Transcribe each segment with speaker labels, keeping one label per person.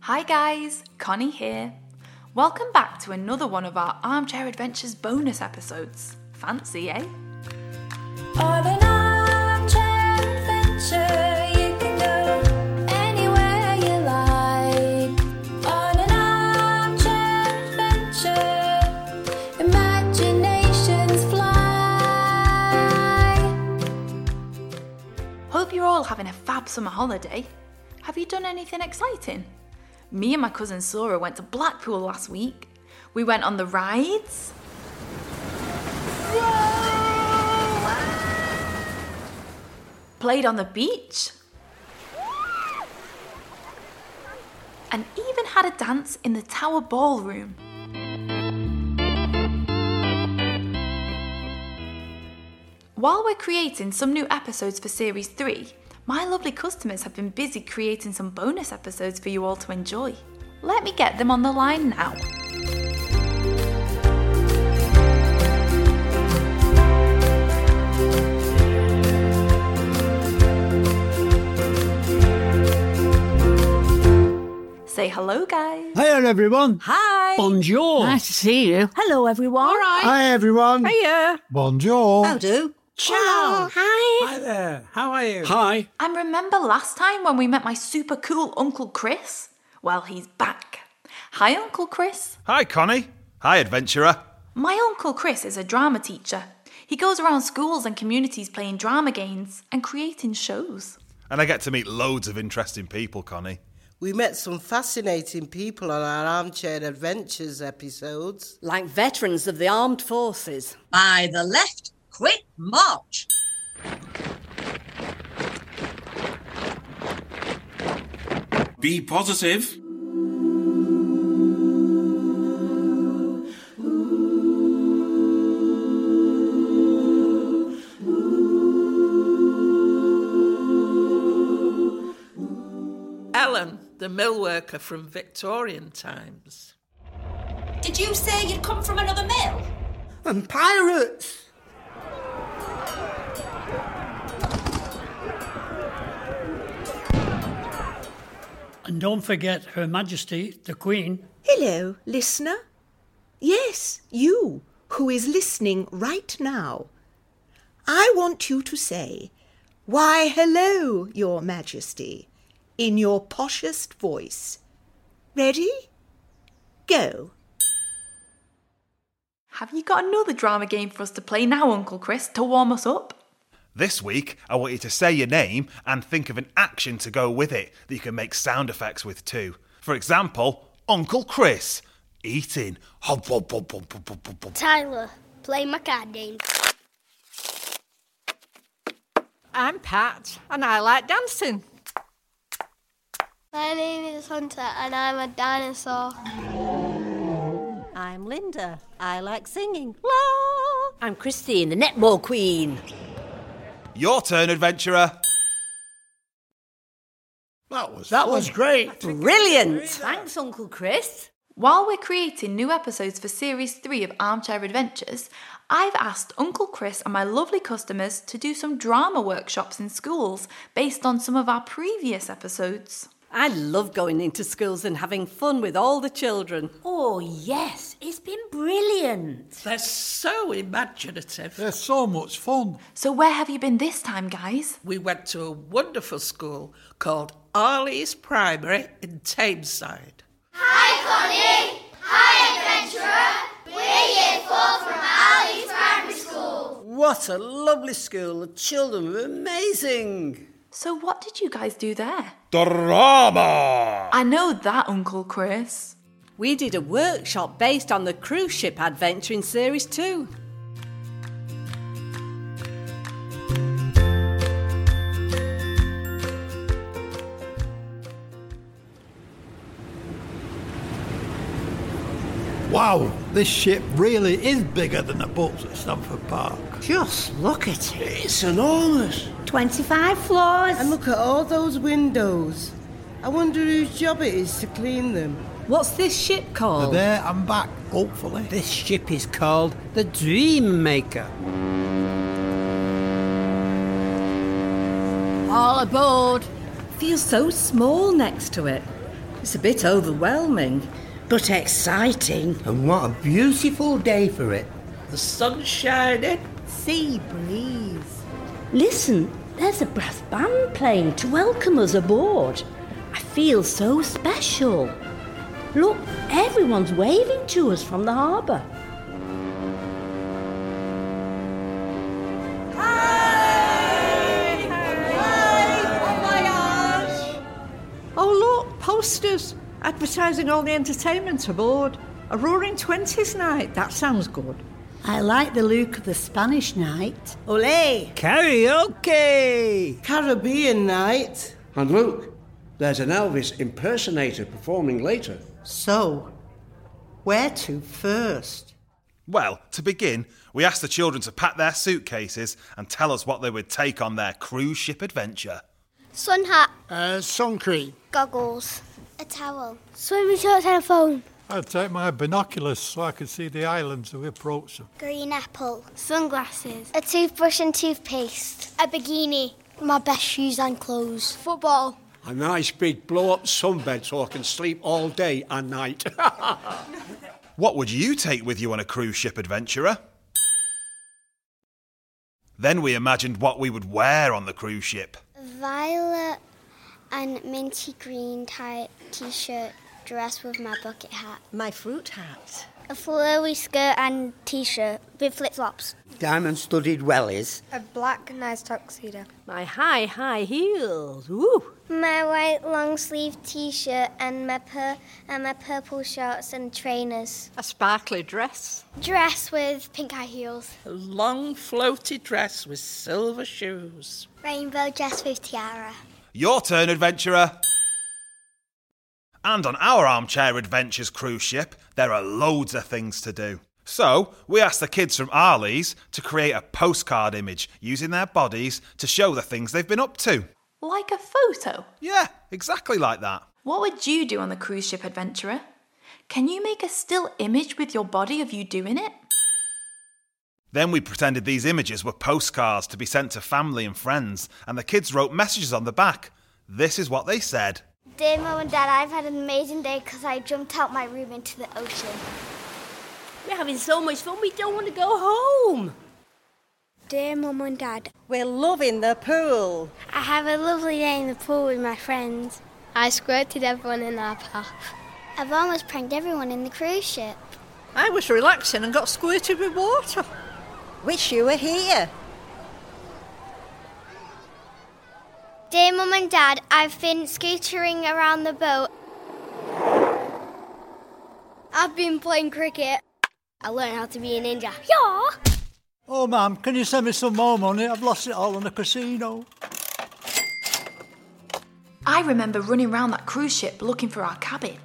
Speaker 1: Hi guys, Connie here. Welcome back to another one of our Armchair Adventures bonus episodes. Fancy, eh?
Speaker 2: On an armchair adventure, you can go anywhere you like. On an armchair adventure, imaginations fly.
Speaker 1: Hope you're all having a fab summer holiday. Have you done anything exciting? Me and my cousin Sora went to Blackpool last week. We went on the rides. Played on the beach. And even had a dance in the Tower Ballroom. While we're creating some new episodes for Series 3, my lovely customers have been busy creating some bonus episodes for you all to enjoy. Let me get them on the line now. Say hello, guys.
Speaker 3: Hiya everyone.
Speaker 4: Hi.
Speaker 3: Bonjour.
Speaker 5: Nice to see you.
Speaker 4: Hello, everyone. All right.
Speaker 3: Hi everyone.
Speaker 5: Hiya.
Speaker 3: Bonjour.
Speaker 4: I'll do. Ciao. Hi.
Speaker 6: Hi there. How are you?
Speaker 3: Hi.
Speaker 1: And remember last time when we met my super cool Uncle Chris? Well, he's back. Hi, Uncle Chris.
Speaker 6: Hi, Connie. Hi, adventurer.
Speaker 1: My Uncle Chris is a drama teacher. He goes around schools and communities playing drama games and creating shows.
Speaker 6: And I get to meet loads of interesting people, Connie.
Speaker 7: We met some fascinating people on our Armchair Adventures episodes.
Speaker 4: Like veterans of the armed forces.
Speaker 8: by the left quick march.
Speaker 9: Be positive.
Speaker 10: Ellen, the mill worker from Victorian times.
Speaker 2: Did you say you'd come from another mill?
Speaker 7: And pirates!
Speaker 5: And don't forget Her Majesty, the Queen.
Speaker 11: Hello, listener. Yes, you who is listening right now. I want you to say, Why, hello, Your Majesty, in your poshest voice. Ready? Go.
Speaker 1: Have you got another drama game for us to play now, Uncle Chris, to warm us up?
Speaker 6: This week, I want you to say your name and think of an action to go with it that you can make sound effects with too. For example, Uncle Chris eating. Hub, hub, hub, hub, hub, hub, hub, hub.
Speaker 2: Tyler, play my card game.
Speaker 4: I'm Pat, and I like dancing.
Speaker 2: My name is Hunter, and I'm a dinosaur.
Speaker 4: I'm Linda. I like singing. La. I'm Christine, the netball queen.
Speaker 6: Your turn, adventurer.
Speaker 3: That was that was great.
Speaker 4: Brilliant. Thanks, Uncle Chris.
Speaker 1: While we're creating new episodes for Series 3 of Armchair Adventures, I've asked Uncle Chris and my lovely customers to do some drama workshops in schools based on some of our previous episodes.
Speaker 4: I love going into schools and having fun with all the children.
Speaker 8: Oh, yes, it's been brilliant.
Speaker 10: They're so imaginative.
Speaker 3: They're so much fun.
Speaker 1: So, where have you been this time, guys?
Speaker 10: We went to a wonderful school called Arley's Primary in Tameside.
Speaker 7: What a lovely school! The children were amazing!
Speaker 1: So, what did you guys do there?
Speaker 6: Drama!
Speaker 1: I know that, Uncle Chris.
Speaker 4: We did a workshop based on the cruise ship adventure in Series 2.
Speaker 3: Wow, this ship really is bigger than the boats at Stamford Park.
Speaker 7: Just look at it. It's enormous.
Speaker 8: 25 floors.
Speaker 7: And look at all those windows. I wonder whose job it is to clean them.
Speaker 4: What's this ship
Speaker 3: They're
Speaker 4: called?
Speaker 3: there and back, hopefully.
Speaker 7: This ship is called the Dream Maker.
Speaker 4: All aboard. Feels so small next to it.
Speaker 12: It's a bit overwhelming, but exciting.
Speaker 13: And what a beautiful day for it.
Speaker 10: The sun's shining.
Speaker 12: Sea breeze.
Speaker 4: Listen, there's a brass band playing to welcome us aboard. I feel so special. Look, everyone's waving to us from the harbour.
Speaker 14: Oh, look, posters advertising all the entertainment aboard. A roaring 20s night. That sounds good.
Speaker 12: I like the look of the Spanish night.
Speaker 14: Ole!
Speaker 7: Karaoke! Caribbean night.
Speaker 15: And look, there's an Elvis impersonator performing later.
Speaker 11: So, where to first?
Speaker 6: Well, to begin, we asked the children to pack their suitcases and tell us what they would take on their cruise ship adventure.
Speaker 2: Sun hat,
Speaker 3: Uh, sun cream.
Speaker 2: goggles, a towel, swimming shorts and a phone,
Speaker 3: I'd take my binoculars so I could see the islands we approach them.
Speaker 2: green apple, sunglasses, a toothbrush and toothpaste, a bikini, my best shoes and clothes, football,
Speaker 16: A nice big blow up sunbed so I can sleep all day and night.
Speaker 6: What would you take with you on a cruise ship adventurer? Then we imagined what we would wear on the cruise ship.
Speaker 2: violet and minty green tie t-shirt dress with my bucket hat,
Speaker 4: My fruit hat.
Speaker 2: a flowy skirt and t-shirt with flip-flops,
Speaker 13: Diamond studded wellies.
Speaker 2: a black nice tuxedo.
Speaker 4: My high, high heels. Woo!
Speaker 2: My white long sleeve t-shirt and my pur- and my purple shorts and trainers.
Speaker 14: A sparkly dress.
Speaker 2: Dress with pink high heels.
Speaker 10: A long floaty dress with silver shoes.
Speaker 2: Rainbow dress with tiara.
Speaker 6: Your turn, adventurer. And on our Armchair Adventures cruise ship, there are loads of things to do. So, we asked the kids from Arley's to create a postcard image using their bodies to show the things they've been up to.
Speaker 1: Like a photo.
Speaker 6: Yeah, exactly like that.
Speaker 1: What would you do on the cruise ship adventurer? Can you make a still image with your body of you doing it?
Speaker 6: Then we pretended these images were postcards to be sent to family and friends, and the kids wrote messages on the back. This is what they said.
Speaker 2: Dear Mum and Dad, I've had an amazing day because I jumped out my room into the ocean.
Speaker 4: We're having so much fun, we don't want to go home.
Speaker 2: Dear Mum and Dad,
Speaker 12: We're loving the pool.
Speaker 2: I have a lovely day in the pool with my friends. I squirted everyone in our path. I've almost pranked everyone in the cruise ship.
Speaker 14: I was relaxing and got squirted with water.
Speaker 12: Wish you were here.
Speaker 2: Dear Mum and Dad, I've been scootering around the boat. I've been playing cricket. I learned how to be a ninja. Yeah!
Speaker 3: Oh, ma'am, can you send me some more money? I've lost it all in the casino.
Speaker 1: I remember running around that cruise ship looking for our cabin.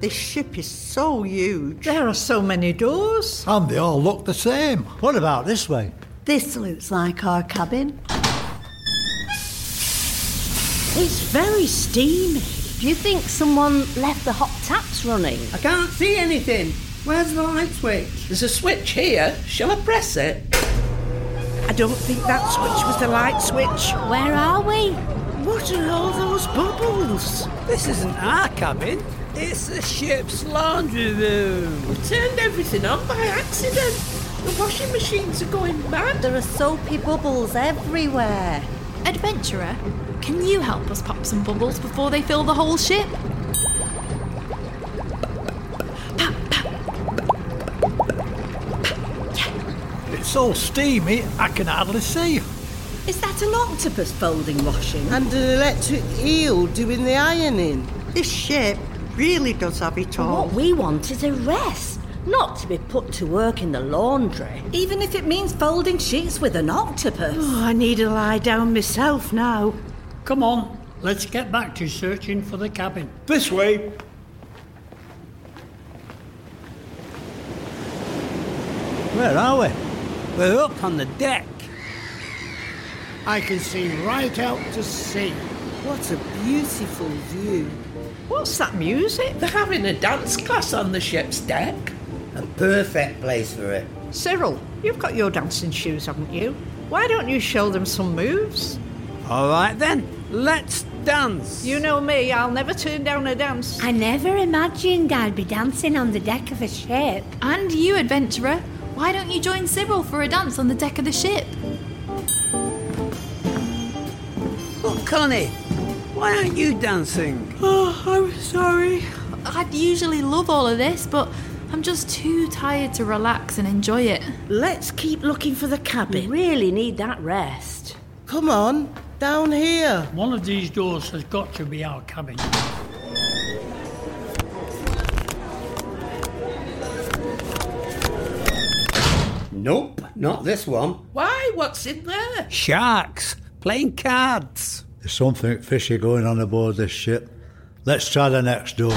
Speaker 11: This ship is so huge.
Speaker 14: There are so many doors.
Speaker 3: And they all look the same. What about this way?
Speaker 12: This looks like our cabin.
Speaker 4: It's very steamy. Do you think someone left the hot taps running?
Speaker 10: I can't see anything. Where's the light switch? There's a switch here. Shall I press it? I don't think that switch was the light switch.
Speaker 4: Where are we?
Speaker 10: What are all those bubbles?
Speaker 16: This isn't our cabin.
Speaker 10: It's the ship's laundry room. We turned everything on by accident. The washing machines are going mad.
Speaker 12: There are soapy bubbles everywhere.
Speaker 1: Adventurer, can you help us pop some bubbles before they fill the whole ship?
Speaker 3: It's so steamy, I can hardly see.
Speaker 12: Is that an octopus folding washing?
Speaker 7: And an electric eel doing the ironing.
Speaker 11: This ship really does have it
Speaker 4: What we want is a rest, not to be put to work in the laundry.
Speaker 12: Even if it means folding sheets with an octopus.
Speaker 14: Oh, I need to lie down myself now.
Speaker 5: Come on, let's get back to searching for the cabin.
Speaker 16: This way.
Speaker 3: Where are we?
Speaker 16: We're up on the deck.
Speaker 13: I can see right out to sea.
Speaker 7: What a beautiful view.
Speaker 14: What's that music?
Speaker 10: They're having a dance class on the ship's deck.
Speaker 13: A perfect place for it.
Speaker 14: Cyril, you've got your dancing shoes, haven't you? Why don't you show them some moves?
Speaker 17: All right then, let's dance.
Speaker 14: You know me, I'll never turn down a dance.
Speaker 8: I never imagined I'd be dancing on the deck of a ship.
Speaker 1: And you, adventurer, why don't you join Cyril for a dance on the deck of the ship?
Speaker 17: Look, Oh, Connie, why aren't you dancing?
Speaker 1: Oh, I'm sorry. I'd usually love all of this, but I'm just too tired to relax and enjoy it.
Speaker 4: Let's keep looking for the cabin.
Speaker 12: Really need that rest.
Speaker 7: Come on, down here.
Speaker 5: One of these doors has got to be our cabin.
Speaker 15: Nope, not this one.
Speaker 10: Why? What's in there?
Speaker 17: Sharks playing cards.
Speaker 3: There's something fishy going on aboard this ship. Let's try the next door.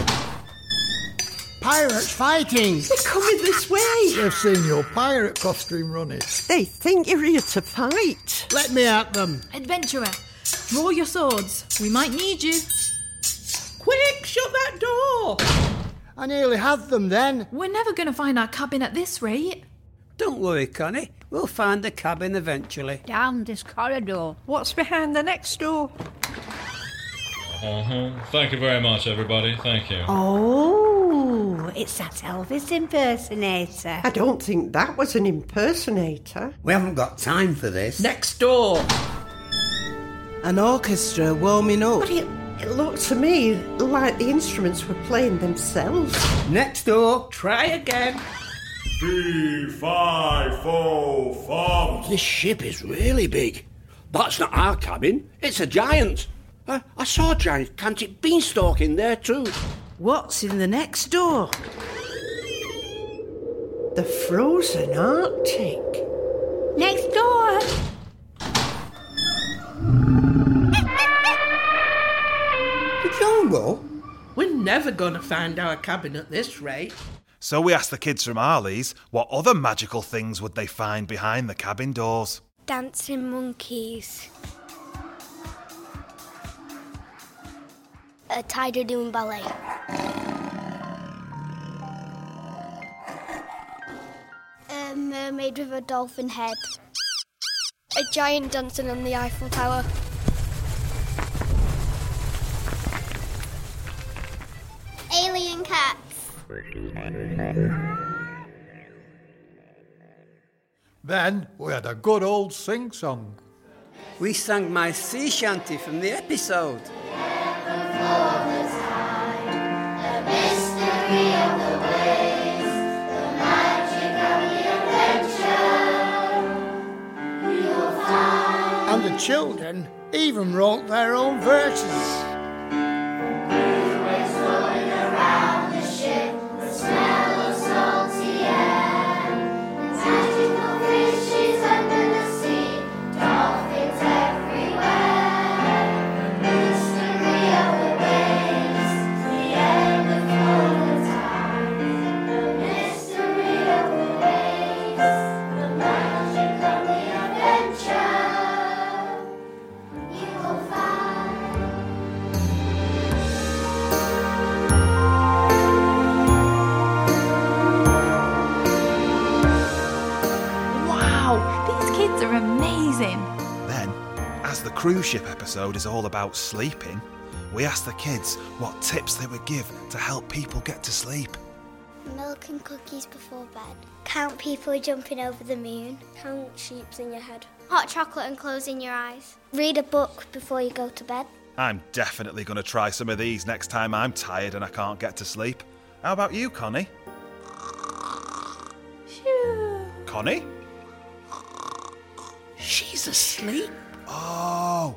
Speaker 13: Pirates fighting!
Speaker 10: They're coming this way.
Speaker 3: They've seen your pirate costume, Ronnie.
Speaker 10: They think you're here to fight.
Speaker 13: Let me at them.
Speaker 1: Adventurer, draw your swords. We might need you.
Speaker 10: Quick, shut that door.
Speaker 13: I nearly had them then.
Speaker 1: We're never going to find our cabin at this rate.
Speaker 17: Don't worry, Connie. We'll find the cabin eventually.
Speaker 8: Down this corridor.
Speaker 14: What's behind the next door?
Speaker 18: Uh-huh. Thank you very much, everybody. Thank you.
Speaker 8: Oh, it's that Elvis impersonator.
Speaker 10: I don't think that was an impersonator.
Speaker 15: We haven't got time for this.
Speaker 10: Next door.
Speaker 7: An orchestra warming up.
Speaker 10: But it, it looked to me like the instruments were playing themselves.
Speaker 15: Next door.
Speaker 10: Try again.
Speaker 9: B545.
Speaker 16: This ship is really big. That's not our cabin, it's a giant. I, I saw a giant cantic beanstalk in there too.
Speaker 10: What's in the next door? The frozen Arctic.
Speaker 8: Next door.
Speaker 15: The jungle?
Speaker 10: We're never going to find our cabin at this rate.
Speaker 6: So we asked the kids from Arley's what other magical things would they find behind the cabin doors.
Speaker 2: Dancing monkeys. A tiger doing ballet. A mermaid with a dolphin head. A giant dancing on the Eiffel Tower. Alien cat.
Speaker 3: Then we had a good old sing song.
Speaker 17: We sang my sea shanty from the episode.
Speaker 13: And the children even wrote their own verses.
Speaker 1: Wow, these kids are amazing.
Speaker 6: Then, as the cruise ship episode is all about sleeping, we asked the kids what tips they would give to help people get to sleep.
Speaker 2: Milk and cookies before bed. Count people jumping over the moon. Count sheeps in your head. Hot chocolate and closing your eyes. Read a book before you go to bed.
Speaker 6: I'm definitely going to try some of these next time I'm tired and I can't get to sleep. How about you, Connie? Connie?
Speaker 10: She's asleep.
Speaker 6: Oh,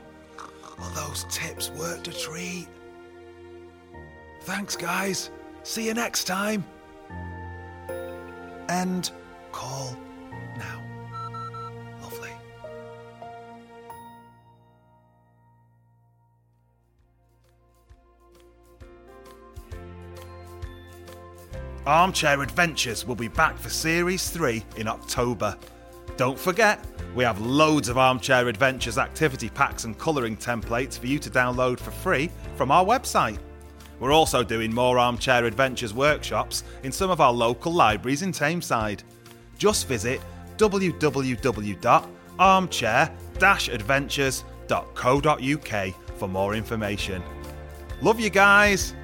Speaker 6: well, those tips worked a treat. Thanks, guys. See you next time. End call now. Lovely. Armchair Adventures will be back for Series 3 in October. Don't forget, we have loads of Armchair Adventures activity packs and colouring templates for you to download for free from our website. We're also doing more Armchair Adventures workshops in some of our local libraries in Tameside. just visit www.armchair-adventures.co.uk for more information. Love you guys!